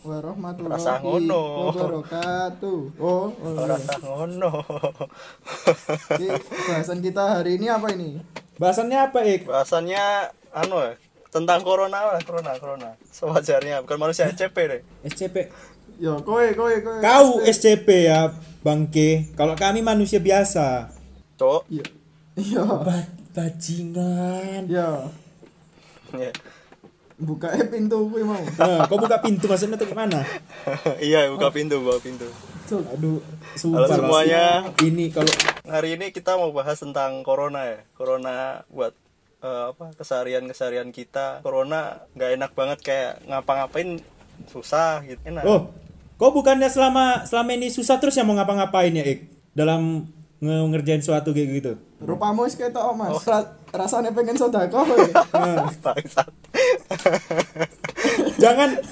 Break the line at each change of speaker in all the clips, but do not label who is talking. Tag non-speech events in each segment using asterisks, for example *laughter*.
Rasa
warahmatullahi
ngono.
wabarakatuh. Oh, oh.
Ora sah ngono.
Jadi, bahasan kita hari ini apa ini?
Bahasannya apa, Ik?
Bahasannya anu ya, tentang corona lah, corona, corona. Sewajarnya bukan manusia CP deh.
SCP.
Yo, kowe, kowe, kowe.
Kau SCP ya, Bangke. Kalau kami manusia biasa.
Cok.
Iya. Iya.
Ba- bajingan.
Iya.
Iya. *laughs*
Buka pintu kowe mau.
Nah, kau buka pintu maksudnya tuh gimana?
Iya, buka pintu, buka pintu.
Aduh, sumpah.
Halo semuanya.
Mas. Ini kalau
Hari ini kita mau bahas tentang corona ya. Corona buat eh, apa keseharian-keseharian kita. Corona nggak enak banget kayak ngapa-ngapain susah gitu. Enak. *laughs*
Oh, kau bukannya selama selama ini susah terus yang mau ngapa-ngapain ya, Ik? Dalam nge- ngerjain suatu kayak gitu.
Rupamu wis ketok, Mas.
Oh.
Ra- Rasanya pengen sedekah kowe.
Bangsat. *laughs*
Jangan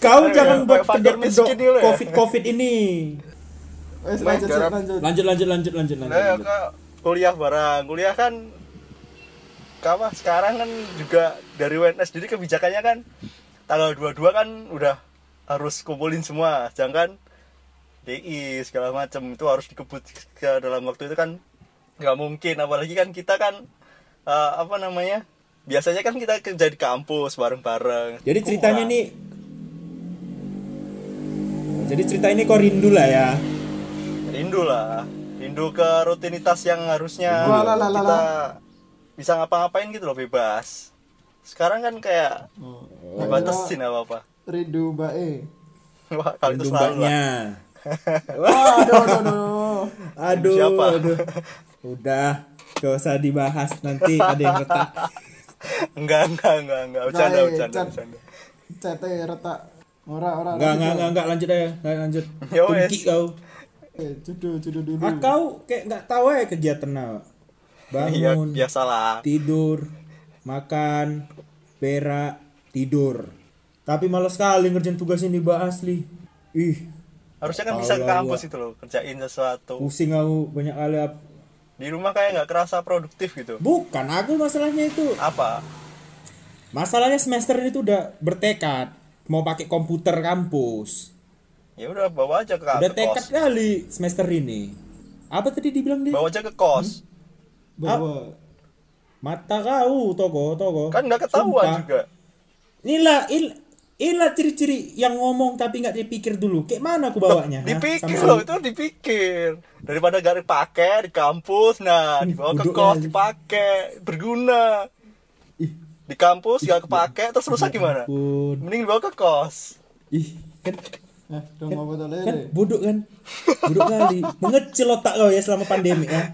kau
Ayo,
jangan
kayak
buat
fakir
kedok-kedok
miskin dulu ya.
Covid-Covid ini.
Wis lanjut,
garap.
lanjut.
Lanjut lanjut lanjut lanjut lanjut.
Lah ya
lanjut.
kak kuliah barang, kuliah kan apa sekarang kan juga dari UNS jadi kebijakannya kan tanggal 22 kan udah harus kumpulin semua, sedangkan DI segala macam itu harus dikebut ke dalam waktu itu kan nggak mungkin apalagi kan kita kan eh, apa namanya biasanya kan kita kerja di kampus bareng-bareng
Jadi
Wah,
ceritanya nih Jadi cerita ini kau rindu lah ya.
rindu lah rindu ke rutinitas yang harusnya
Wah, lah, lah, lah,
kita bisa ngapa-ngapain gitu loh bebas sekarang kan kayak
Hmm.
dibatasin apa apa
Rindu Mbak E.
wah kalau itu
Rindu
selalu lah
mbaknya.
Wah, aduh, aduh, aduh.
Aduh,
Siapa?
aduh. Udah, gak usah dibahas nanti ada yang retak.
*laughs* enggak enggak enggak enggak bercanda
iya,
Nah, eh,
bercanda
cat.
bercanda
CT retak. Ora, ora. lanjut,
Enggak, enggak,
Mbak.
enggak, enggak lanjut aja. Enggak lanjut.
Ya wes.
Tungki kau.
Eh, judul, judul dulu.
Hmm.
Ah, kau kayak enggak tahu ya kegiatan apa.
iya
Bangun,
biasalah
tidur, makan, berak, tidur. Tapi malas sekali ngerjain tugas ini Mbak asli. Ih,
harusnya kan bisa ke
Tahu lah
kampus
gua.
itu loh kerjain sesuatu
pusing aku banyak kali. ap-
di rumah kayak nggak kerasa produktif gitu
Bukan aku masalahnya itu.
apa
Masalahnya semester ini tuh udah bertekad mau pakai komputer kampus.
ya udah bawa aja ke,
Udah
ke
tekad
kos
kali semester ini. Apa tadi dibilang dia?
bawa aja ke kos
Bawa.
Mata kau, Togo, Togo.
kan nggak ketahuan
Hmm. Sumpah.
juga
Inilah il inilah ciri-ciri yang ngomong tapi nggak dipikir dulu. Kayak mana aku bawanya? hah?
dipikir
Samsung.
loh itu dipikir daripada gak dipakai di kampus nah dibawa ke
bodoh
kos
aja.
dipakai berguna
Ih. ya
di kampus gak kepake terus rusak gimana
ampun.
mending dibawa ke kos
Ih, kan
Eh, dong mau botol
kan
lele.
bodoh kan. Bodoh kali. Mengecil otak kau ya selama
*laughs*
pandemi ya.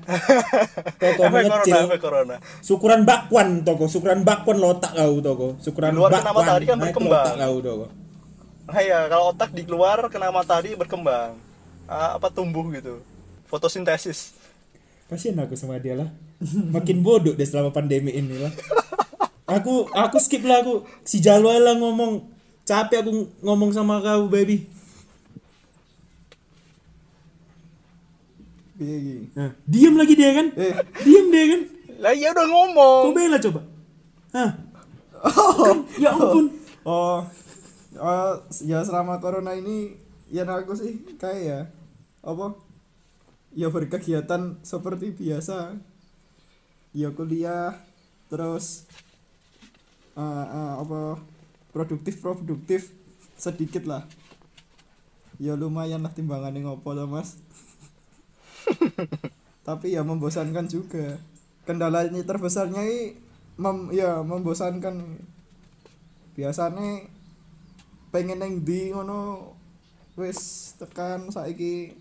efek
Toko
corona
mengecil.
efek corona
Syukuran bakwan toko, syukuran bakwan lo otak kau toko.
Di
Syukuran
luar kena
bakwan.
matahari kan
Nah, itu
berkembang.
Otak kau toko.
nah ya kalau otak di keluar kena matahari berkembang Ah, apa tumbuh gitu fotosintesis
Kasihan aku sama dia lah. Makin bodoh deh selama pandemi ini lah. Aku aku skip lah aku. Si Jalwa lah ngomong. Capek aku ng- ngomong sama kau, baby.
Piye iki?
Nah, diam lagi dia kan?
Eh.
Diam dia kan?
lah ya udah
Kau
ngomong
bela coba. Hah. Kan, ya ampun.
Oh, oh, ya selama corona ini yang aku sih kayak ya apa? Ya berkegiatan seperti biasa. Ya kuliah, terus eh eh, apa produktif produktif sedikit lah. Ya lumayan lah timbangannya ngopo lah mas. Tapi ya membosankan juga. Kendalanya terbesarnya ini mem, ya membosankan biasane pengen neng di ngono wis tekan saiki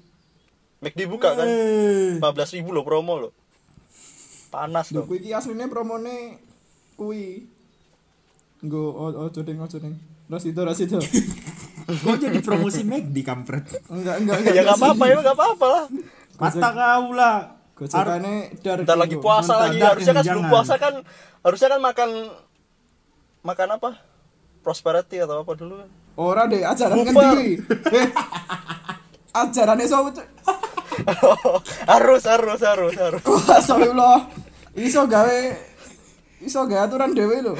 make dibuka kan
Eh.
15.000 ribu loh promo loh panas
lho
loh
kuwi iki asline promone kuwi nggo o- ojo ding ojo ding terus itu terus
*laughs*
itu
Kau jadi promosi Mac di kampret.
enggak enggak enggak
*laughs* ya nggak apa-apa ya nggak apa-apa lah
Mata kau lah.
gojekane dar
Bentar lagi
Nggo.
puasa lagi.
mendadak
Harusnya kan
ini
sebelum
jangan.
puasa kan harusnya kan makan makan apa? Prosperity atau apa dulu *laughs* kan?
ora deh ajaran
Bubar. *laughs*
ngendi Eh, ajarane sapa Cuk?
harus harus harus harus.
puasa lho
*laughs*
iso gawe iso gawe aturan dhewe lho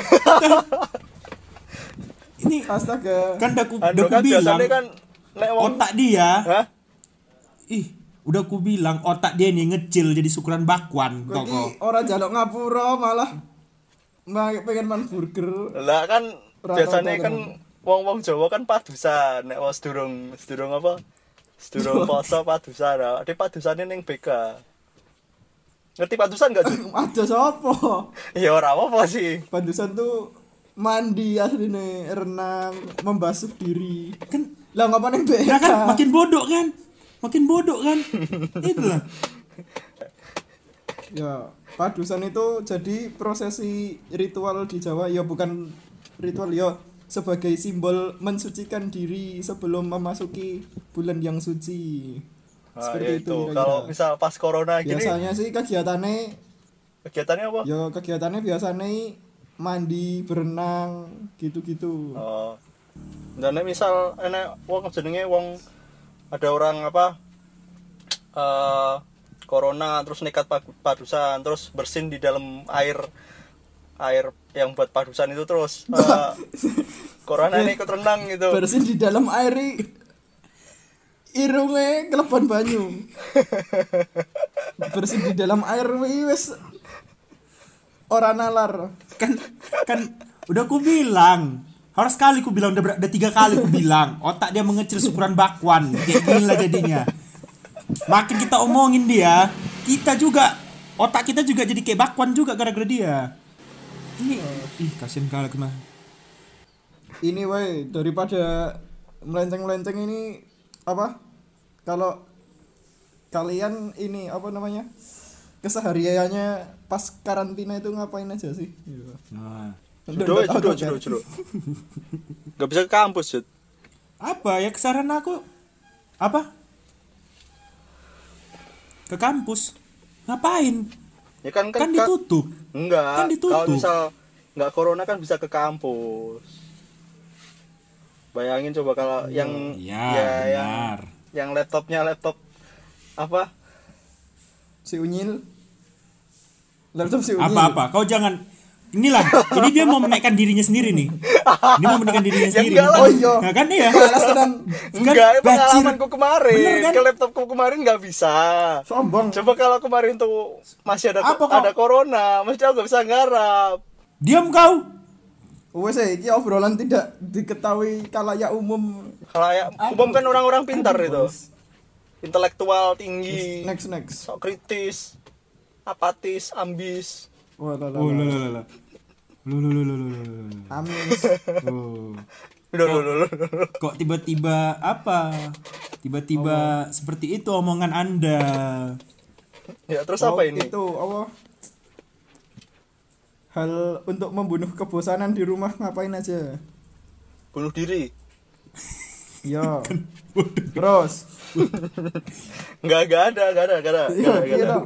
ini
Astaga.
kan udah ku, udah
Ando
ku
kan
bilang
biasanya kan nek wong
otak dia
Hah?
ih udah ku bilang otak dia nih ngecil jadi syukuran bakwan
Kok gitu? iki
toko
orang jaluk ngapura malah ma- pengen man burger. *clears throat*
Lah kan
Rata-rata
biasanya kan
tenan.
wong-wong Jawa kan padusan nek wong sedurung sedurung apa? Sedurung poso padusan. Ade padusane ning BK. Ngerti padusan
*laughs*
gak, Jun?
Ada sopo?
Ya ora apa-apa sih.
Pandusan tuh mandi asline renang membasuh diri
kan
lah ngapa neng BK
ya kan makin bodoh kan makin bodoh kan itulah
ya padusan itu jadi prosesi ritual di Jawa ya bukan ritual ya sebagai simbol mensucikan diri sebelum memasuki bulan yang suci
Nah,
seperti
ya
itu
itu.
kira-kira.
Kalau misal pas corona gini,
biasanya sih kegiatannya
kegiatannya apa?
ya kegiatannya biasanya mandi berenang gitu-gitu
Oh. Dan nek misal enek wong jenenge wong ada orang apa? eh corona terus nekat pag- padusan terus bersin di dalam air air yang buat padusan itu terus eh, corona ini ikut renang gitu
bersin di dalam air i- irunge kelebon banyu bersin di dalam air wi wis ora nalar
kan kan udah ku bilang harus sekali ku bilang udah, ber- udah tiga kali ku bilang otak dia mengecil syukuran bakwan kayak gila jadinya makin kita omongin dia kita juga otak kita juga jadi kayak bakwan juga gara-gara dia ini ih kasihan kali kemah
ini wae daripada melenceng-melenceng ini apa kalau kalian ini apa namanya kesehariannya pas karantina itu ngapain aja sih
Nah,
judo judo judo judo nggak bisa ke kampus Jud.
apa ya kesaran aku apa ke kampus ngapain
ya kan
kan
kan,
ditutup
enggak
Kan ditutup.
kalau misal nggak corona kan bisa ke kampus bayangin coba kalau yang ya,
Iya,
yang
benar.
yang laptopnya laptop apa
si unyil laptop
Iya.
si unyil
apa-apa kau jangan inilah ini dia mau menaikkan dirinya sendiri nih ini mau menaikkan
*laughs*
dirinya
Ya
sendiri
enggak lah.
Oh, iya.
nah, kan iya
Malas tenan.
Enggak,
bacir.
pengalamanku kemarin
Bener kan?
ke laptopku kemarin nggak bisa.
sombong
Coba kalau kemarin tuh masih ada
Apa kok?
ada corona, masih aku nggak bisa ngarap.
diam kau
Wes eh, iki obrolan tidak diketahui kalayak umum.
Kayak umum kan orang-orang pintar itu, intelektual tinggi,
Next next.
sok kritis, apatis, ambis.
Wah, lah, lah,
oh
lah.
lo lo lo lo lo lo lo lo lo
*laughs* Amin.
oh
Loh, loh, loh, loh, loh.
kok tiba-tiba apa tiba-tiba
Oh.
seperti itu omongan anda
Ya terus
Oh,
apa ini?
Itu apa? Hal untuk membunuh kebosanan di rumah ngapain aja?
Bunuh diri.
*laughs*
Yo. Terus.
Enggak, enggak ada, enggak ada, enggak ada.
Yo,
Enggak ada, enggak
iya
ada.
tau.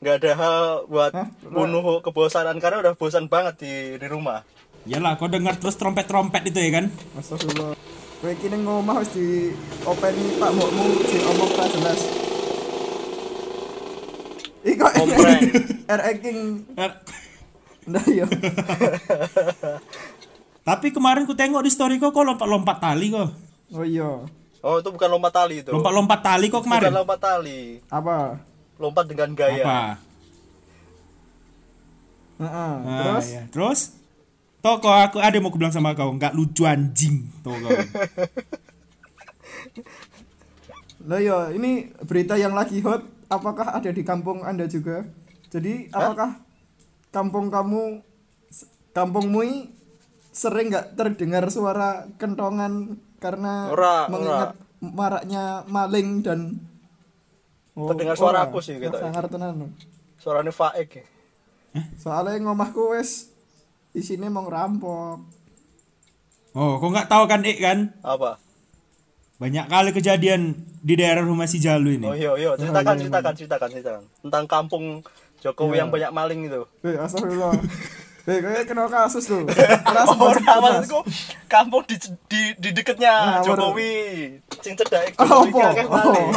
Enggak ada hal buat
Hah?
bunuh kebosanan karena udah bosan banget di di rumah.
Yalah, kau dengar terus trompet-trompet itu ya kan?
Astagfirullah. Kowe iki ning ngomah wis di openi Pak Mbokmu diomong tak jelas. Iko *laughs*
Kompreng.
RE King.
Er,
Nah, yo.
Tapi kemarin ku tengok di story kau, kau lompat-lompat tali kau.
Oh iya.
Oh, itu bukan lompat tali itu.
Lompat-lompat tali kau
bukan
kemarin.
lompat tali.
Apa?
lompat dengan gaya
Apa?
Heeh.
Ah,
Terus
iya. terus toko aku ada yang mau aku bilang sama kau nggak lucu anjing tuh
*laughs*
kau
Nah ya, ini berita yang lagi hot. Apakah ada di kampung Anda juga? Jadi, apakah kampung kamu, s- kampung Mui sering nggak terdengar suara kentongan karena
Ora,
mengingat maraknya maling dan
Oh, Terdengar suara
ora.
aku sih, gitu.
Sangar tenan.
suaranya faek ya.
Soalnya ngomahku wes isinya mau rampok.
oh kau nggak tahu kan ik kan
apa
banyak kali kejadian di daerah rumah si Jalu ini
oh iya iya ceritakan ceritakan ceritakan ceritakan tentang kampung Jokowi
Iya.
yang banyak maling itu
Weh, Eh,
*laughs*
astagfirullah. Weh, kayaknya kena kasus tuh.
oh maksudku kampung di di, di dekatnya
Nah,
Jokowi sing cedak
Oh,
Jokowi ki akeh
apa?
maling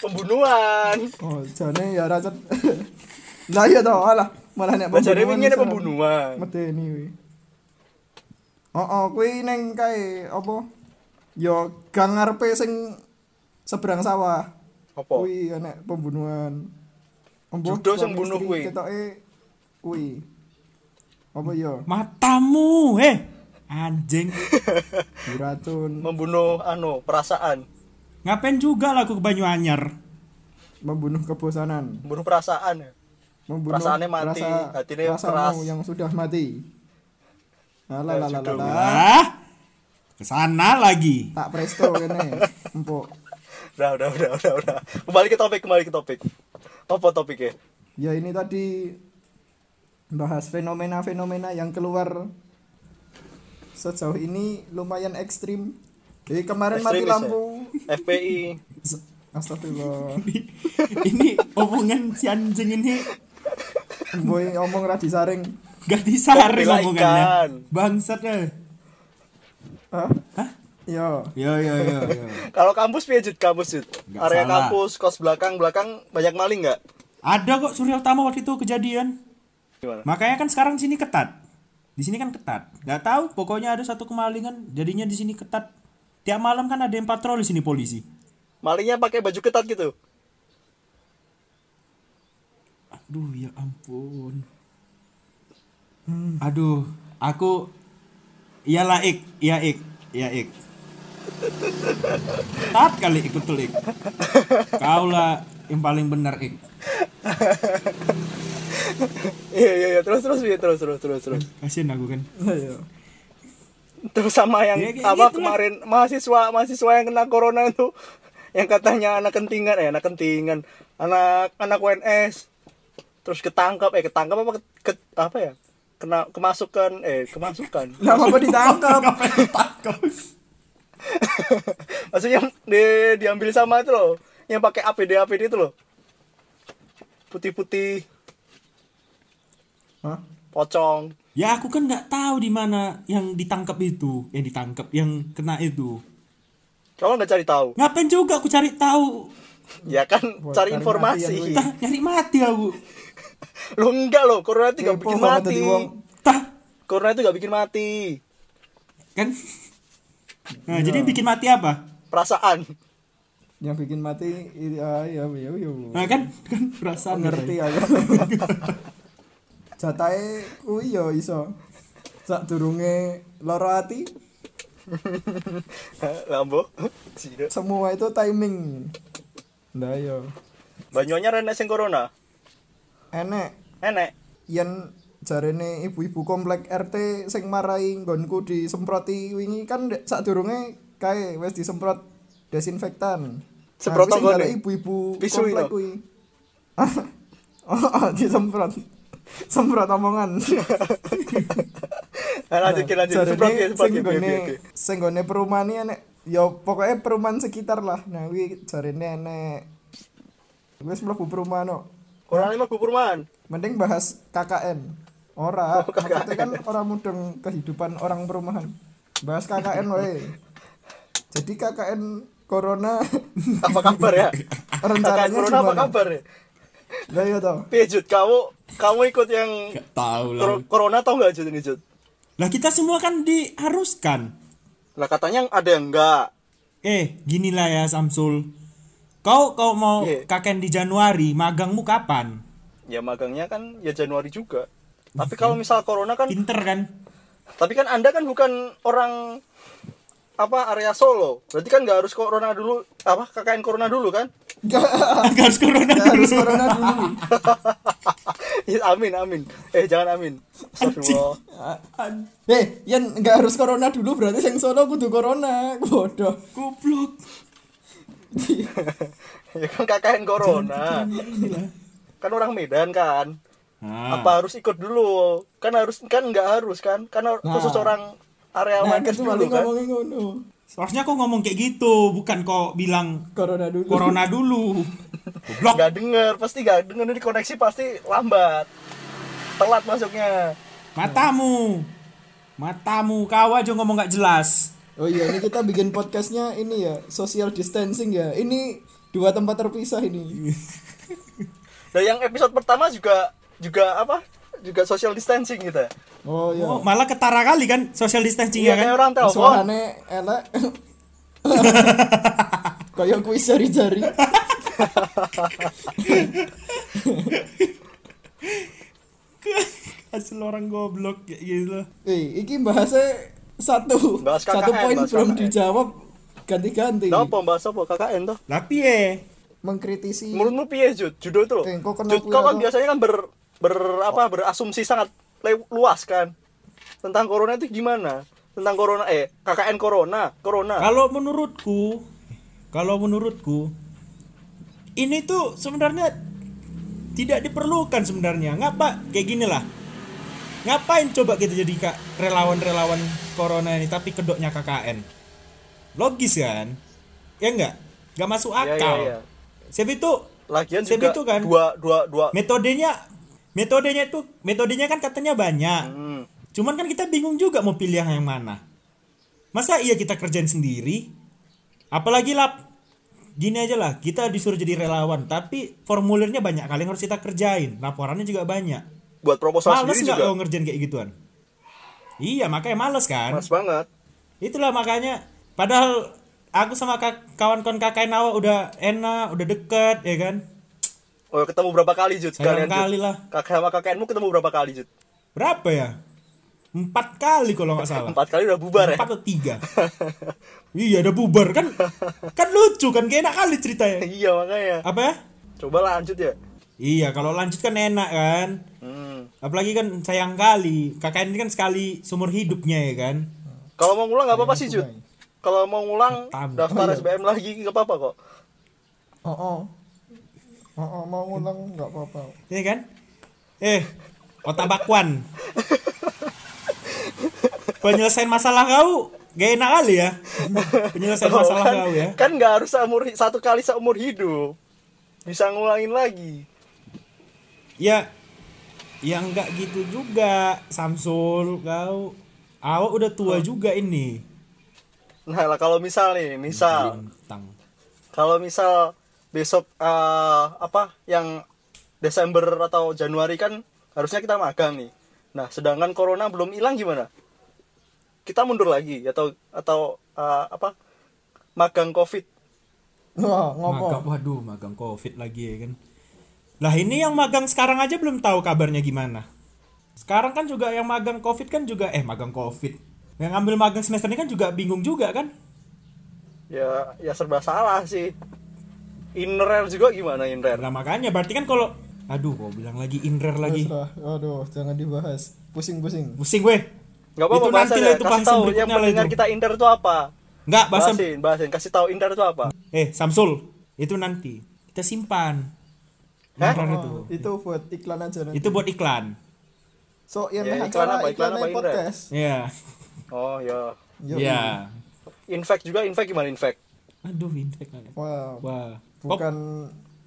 pembunuhan
Oh, jane ya *laughs* racet. Lah iya toh, alah malah nek
bajare wingi ini
serem.
pembunuhan
Medeni kuwi. Oh, oh kuwi ning kae apa? Yo gang ngarepe sing seberang sawah.
Apa?
Kuwi ana pembunuhan. Apa?
Judo sing
Suami
bunuh
istri
kuwi.
Ketoke kuwi. Apa eh. yo?
Matamu, eh. Anjing.
Diracun,
Membunuh anu perasaan,
Ngapain juga lah aku ke Banyuanyar.
membunuh kebosanan,
membunuh perasaan. ya.
membunuh
Perasaannya mati,
rasa,
hatinya
rasamu
keras.
yang sudah mati. Alah, lah, lah, lah,
Judo.
lah.
Ah. Kesana lagi. *laughs*
Tak presto kene. Empuk.
Udah, udah, udah, udah, udah. Kembali ke topik, kembali ke topik. Apa topiknya?
Ya ini tadi bahas fenomena-fenomena yang keluar sejauh ini lumayan ekstrim. Jadi kemarin mati
Ekstremis, ya?
lampu.
FPI.
Se- Astagfirullah.
ini omongan si anjing ini
Boy omong ra disaring.
gak disaring
Pembela ikan.
omongannya. Bangsat ya.
Hah? Iya. Yo.
Yo yo yo yo.
Kalau kampus piye Jud? kampus Jud?
Nggak
Area
salah.
kampus, kos belakang, belakang banyak maling nggak?
Ada kok Surya Utama waktu itu kejadian.
Gimana?
Makanya kan sekarang sini ketat. Di sini kan ketat. Gak tahu, pokoknya ada satu kemalingan, jadinya di sini ketat. Tiap malam kan ada yang patroli sini polisi.
Malingnya pakai baju ketat gitu. *laughs*
Aduh ya ampun. Aduh, aku ya laik, ya ik, ya ik. Tat kali ikut tulik. Kaulah yang paling benar ik.
Iya, iya, iya, terus terus piye? terus terus terus terus.
Kasian aku kan.
Ayo.
Terus sama yang
Iya,
Ya, kayak
apa
gitu lah.
kemarin mahasiswa mahasiswa yang kena corona itu *laughs* yang katanya anak kentingan eh anak kentingan, anak anak UNS terus ketangkap eh ketangkap apa ke, ke- apa ya? Kena kemasukan eh kemasukan. *laughs*
Lah apa ditangkap?
Maksudnya di, diambil sama itu loh, yang pakai APD APD itu loh. Putih-putih,
Hah?
pocong.
Ya aku kan nggak tahu di mana yang ditangkap itu, yang ditangkap, yang kena itu.
Kalau nggak cari
*laughs*
tahu,
Ngapain juga aku cari tahu,
ya kan
Buat cari
cari
mati
informasi.
ya,
*laughs*
tah nyari mati aku,
Lo enggak lo, corona itu nggak
Kepo
bikin
banget
mati.
tadi wong.
tah
Corona itu nggak bikin mati.
kan. Nah
Iya.
jadi yang bikin mati apa?
Perasaan. *laughs*
Yang bikin mati i- ah, ya ya ya.
Nah kan kan perasaan
Ngerti aku. Jatahe kuwi yo iso. Sak durunge lara ati
Lambo. Cina.
semua itu timing. iya. Nda yo.
Banyuannya renek sing corona.
Enek
Enek.
yen jarene ibu-ibu komplek RT sing marai nggonku disemproti wingi kan dek- sadurunge kae wis disemprot desinfektan.
Semprot
Nah, kuwi sing
tonggone?
jare ibu-ibu
Pisu
komplek
itu?
kuwi. *laughs* oh, oh, disemprot. *laughs* Semprot omongan.
Nah, lanjut ki, lanjut.
Jarene
Semprot ya,
sing
semprot ya, biar,
nggone-
biar, biar.
sing nggone perumahan ini enek ya pokoknya perumahan sekitar lah. Nah, kuwi jarene enek wis mlebu perumahan kok.
Corona ini mah kubur man.
Mending bahas KKN. Ora,
Oh, KKN.
maksudnya kan orang mudeng kehidupan orang perumahan. Bahas KKN wae. Jadi KKN corona *laughs*
Apa kabar ya?
Rencananya
Kakak corona apa
gimana?
kabar ya?
lah ya toh.
Pejut kamu kamu ikut yang
Gak tahu lah.
kor- corona tau nggak Jud ini Jud?
Lah kita semua kan diharuskan.
Lah katanya ada yang enggak.
Eh, ginilah ya Samsul. Kau kau mau
Iya.
kakek di Januari, magangmu kapan?
Ya magangnya kan ya Januari juga. Tapi kalau misal corona kan
Pinter kan?
Tapi kan Anda kan bukan orang apa area Solo. Berarti kan nggak harus corona dulu apa KKN corona dulu kan?
Agak harus corona
Kita
dulu.
Kan- harus corona dulu.
*laughs* Ya, amin amin. Eh jangan amin. Astagfirullah.
An-
Eh, Yan nggak harus corona dulu berarti sing solo kudu corona. *laughs* Bodoh.
Goblok.
*laughs* ya kan KKN corona.
Inilah.
Kan orang Medan kan.
Nah,
Apa harus ikut dulu? Kan harus kan nggak harus kan? Karena khusus orang area
Nah,
market
itu
dulu
maling
kan.
ngomongin ngono.
Seharusnya kau ngomong kayak gitu, bukan kau bilang
Corona dulu.
corona dulu. Goblok.
Nggak denger, pasti nggak denger ini koneksi pasti lambat. Telat masuknya.
Matamu. Matamu, kau aja ngomong gak jelas.
*laughs* Oh iya, ini kita bikin podcastnya ini ya, social distancing ya. Ini dua tempat terpisah
*laughs*
ini.
Nah, Dan yang episode pertama juga juga apa? Juga social distancing gitu. ya.
oh iya
Oh, malah ketara kali kan social distancing
Iya
ya kan?
kayak orang telepon.
suarane
*laughs*
elek kayak kuis jari-jari
*laughs* Hasil orang goblok kayak gitu. loh.
eh iki bahasnya satu
Bahas KKN,
satu poin
bahas
belum
KKN.
dijawab ganti-ganti
Napa mbak sopo KKN tuh?
Tapi ya,
mengkritisi
Menurutmu piye Jud? Judo itu loh.
Eh, kok kena
Jud,
kuwi
kau kan
atau-
biasanya kan ber ber apa berasumsi sangat le- luas kan tentang corona itu gimana? Tentang corona eh KKN corona, corona.
kalau menurutku, kalau menurutku ini tuh sebenarnya tidak diperlukan sebenarnya. Ngapa kayak gini lah. Ngapain coba kita jadi ka- relawan-relawan corona ini tapi kedoknya KKN? Logis kan? Ya enggak? Enggak masuk
Iya, iya,
akal.
iya.
Siapa itu
Lagian
Sip
juga
itu kan?
dua dua dua
metodenya metodenya itu metodenya kan katanya banyak
Hmm.
cuman kan kita bingung juga mau pilih yang mana masa iya kita kerjain sendiri apalagi lap gini aja lah kita disuruh jadi relawan tapi formulirnya banyak kali yang harus kita kerjain laporannya juga banyak
buat proposal
males
sendiri
nggak
juga.
lo ngerjain kayak gituan iya makanya males kan
Mas banget.
Itulah makanya padahal aku sama kak- kawan-kawan kakak awal udah enak, udah deket ya kan.
Oh, ketemu berapa kali Jud?
Sayang
Sekalian
kali lah.
Kakak sama KKNmu ketemu berapa kali Jud?
Berapa ya? Empat kali kalau nggak salah.
Empat kali udah bubar ya.
Empat atau tiga. iya, udah bubar kan? Kan lucu kan, kayak enak kali ceritanya.
*laughs* iya makanya.
Apa ya?
Coba lanjut ya.
Iya, kalau lanjut kan enak kan.
Hmm.
Apalagi kan sayang kali. Kakak ini kan sekali seumur hidupnya ya kan.
Kalau mau ngulang nggak apa-apa sih
Iya,
Jud. Kalau mau ngulang
Tam-
daftar
ya?
SBM lagi nggak apa-apa kok.
oh oh oh, oh mau ngulang nggak apa-apa
Iya kan? Eh, otak bakwan. Penyelesaian masalah kau gak enak kali ya. Penyelesaian
Oh,
masalah
kan,
kau ya.
Kan nggak harus seumur satu kali seumur hidup. Bisa ngulangin lagi.
Ya ya enggak gitu juga Samsul kau. Awak udah tua juga ini.
Nah, lah kalau misal nih,
Hmm.
misal
Tentang.
kalau misal besok eh, apa yang Desember atau Januari kan harusnya kita magang nih. Nah, sedangkan corona belum hilang gimana? Kita mundur lagi atau atau eh, apa? Magang Covid.
wah
Magang,
ngopo
waduh, magang Covid lagi ya kan. Lah ini yang magang sekarang aja belum tahu kabarnya gimana. Sekarang kan juga yang magang Covid kan juga eh magang Covid. Yang ngambil magang semester ini kan juga bingung juga kan.
Ya ya serba salah sih. Inrer juga gimana inrer?
Lah makanya berarti kan kalau aduh kok bilang lagi inrer lagi.
Terserah. aduh jangan dibahas pusing-pusing
Pusing gue.
Gak apa-apa
Itu nanti
bahasan
lah
ya.
itu
Kasih
bahasan
tahu yang
berikutnya lah
pendengar
itu.
kita inter itu apa?
Enggak, bahasa
Bahasin, bahasin. Kasih tahu inter itu apa?
eh Samsul, itu nanti kita simpan.
Hah?
Inrer itu.
Oh, itu buat iklan aja nanti
Itu buat iklan.
so yang
Ya,
ya,
iklan
acara
apa? Iklan
iklan
apa, Indra?
podcast
Ya.
Oh ya.
Yo,
Ya.
Infect juga infect gimana infect?
Aduh, inrek lagi.
wah
Wah. Oh,
bukan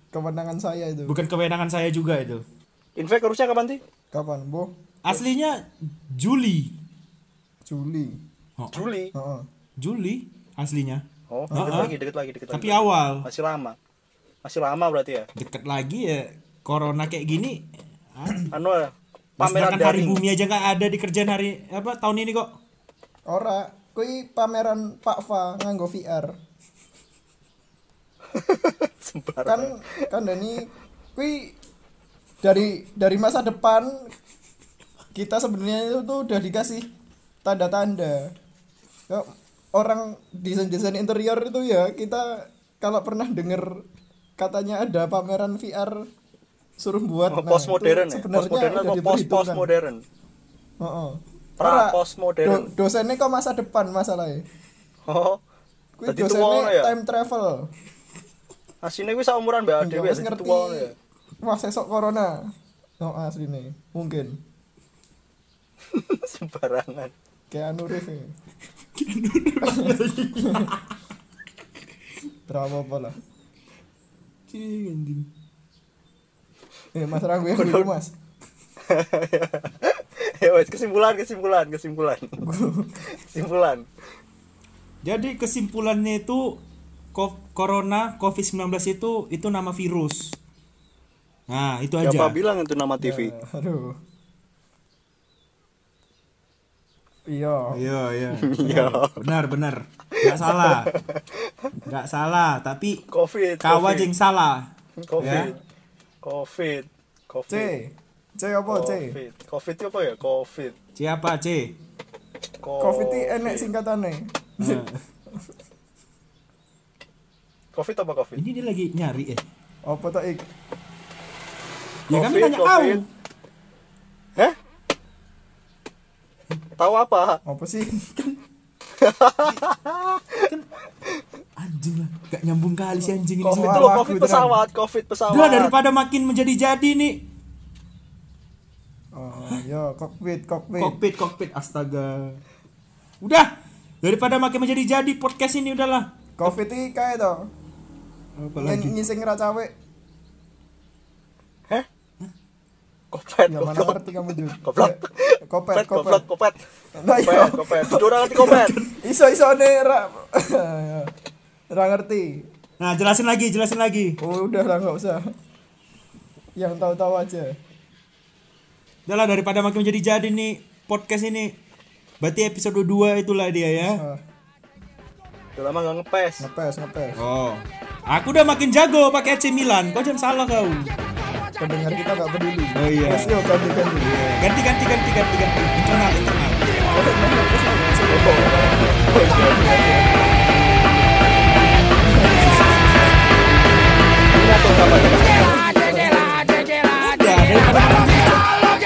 kewenangan saya itu
bukan kewenangan saya juga itu.
Infect harusnya kapan sih?
kapan boh
Aslinya Juli.
Juli
Juli.
Heeh.
Juli aslinya.
Oh, deket
Heeh.
lagi, deket lagi, deket
Ah, Tapi
lagi.
awal
Masih lama. Masih lama berarti ya.
deket lagi ya corona kayak gini. ah,
Anu ya, pameran
Sedangkan hari
daring.
bumi aja nggak ada di kerjaan hari apa tahun ini kok.
ora kui pameran Pak Fa nganggo VR kan
*laughs* Sembarang.
kan Dani kui dari dari masa depan kita sebenarnya itu tuh udah dikasih tanda-tanda Ya, orang desain-desain interior itu ya kita kalau pernah denger katanya ada pameran VR suruh buat
Oh,
nah,
post modern
itu
ya.
sebenarnya
Post modern
udah
atau post post
diperhitungkan.
modern.
Heeh.
Pra
Ora,
postmodern.
do- dosennya kok masa depan masalahnya
Oh.
kui
Tadi tua ono
dosennya
ya. Ah,
time travel
Asine kuwi umuran Mbak Ade
Ya,
ya,
wis
jadi
ngerti.
tua ono ya. *laughs*
Wah, sesok corona. No asli nih, mungkin.
Sembarangan. *laughs*
Kayak anu Reeves ini. Berapa pola?
Cing, anjing.
Eh, Mas Ranggu yang dulu, Mas.
ya wes kesimpulan, kesimpulan,
*laughs*
kesimpulan. kesimpulan.
Jadi kesimpulannya itu ko- corona COVID-19 itu itu nama virus. Nah, itu aja.
Ya,
Ya. Siapa bilang itu nama TV?
Eh, Aduh. Iya.
Iya, iya.
*laughs* Iya.
Benar, benar. Gak salah. Gak salah, tapi
Covid.
kau
Covid.
aja yang salah.
Covid.
Ya.
Covid. Covid.
C. C apa C?
Covid. Covid itu apa ya? Covid.
Siapa, C?
Covid itu enek singkatannya.
*laughs*
Eh,
Covid apa Covid?
ini dia lagi nyari eh.
Apa tak ik?
Ya kami
Covid,
nanya kau.
Covid. Hah? Tahu apa?
Apa
*laughs*
sih?
Anjing lah, gak nyambung kali si anjing ini.
Kok
Itu
sebentar.
loh
Wah,
Covid
aku kan.
pesawat, Covid pesawat.
Udah daripada makin menjadi-jadi nih.
Oh, ya kokpit, kokpit.
Kokpit, kokpit, astaga. Udah, daripada makin menjadi-jadi podcast ini udahlah.
Covid iki kae to.
Apa
Yang ngising ra cawek.
Hah? Kopet,
Ya mana
goblok.
ngerti kamu Jud.
Goblok.
Kopet,
Kopet,
kopet.
goblok, kopet.
Lah iya.
Kopet, kopet. Tidur nanti kopet.
Iso isone ra *laughs* ra ngerti.
Nah, jelasin lagi, jelasin lagi.
Oh, udah lah nggak usah. Yang tahu-tahu aja.
Udahlah daripada makin menjadi-jadi nih podcast ini. Berarti episode 2 itulah dia ya.
Ah,
Udah lama gak ngepes.
ngepes, ngepes.
Oh. Aku udah makin jago pakai AC Milan. Kau jangan salah kau.
Pendengar kita nggak peduli.
Oh iya.
Yes, yo ganti ganti.
Ganti ganti ganti ganti ganti. Internal internal. Udah, daripada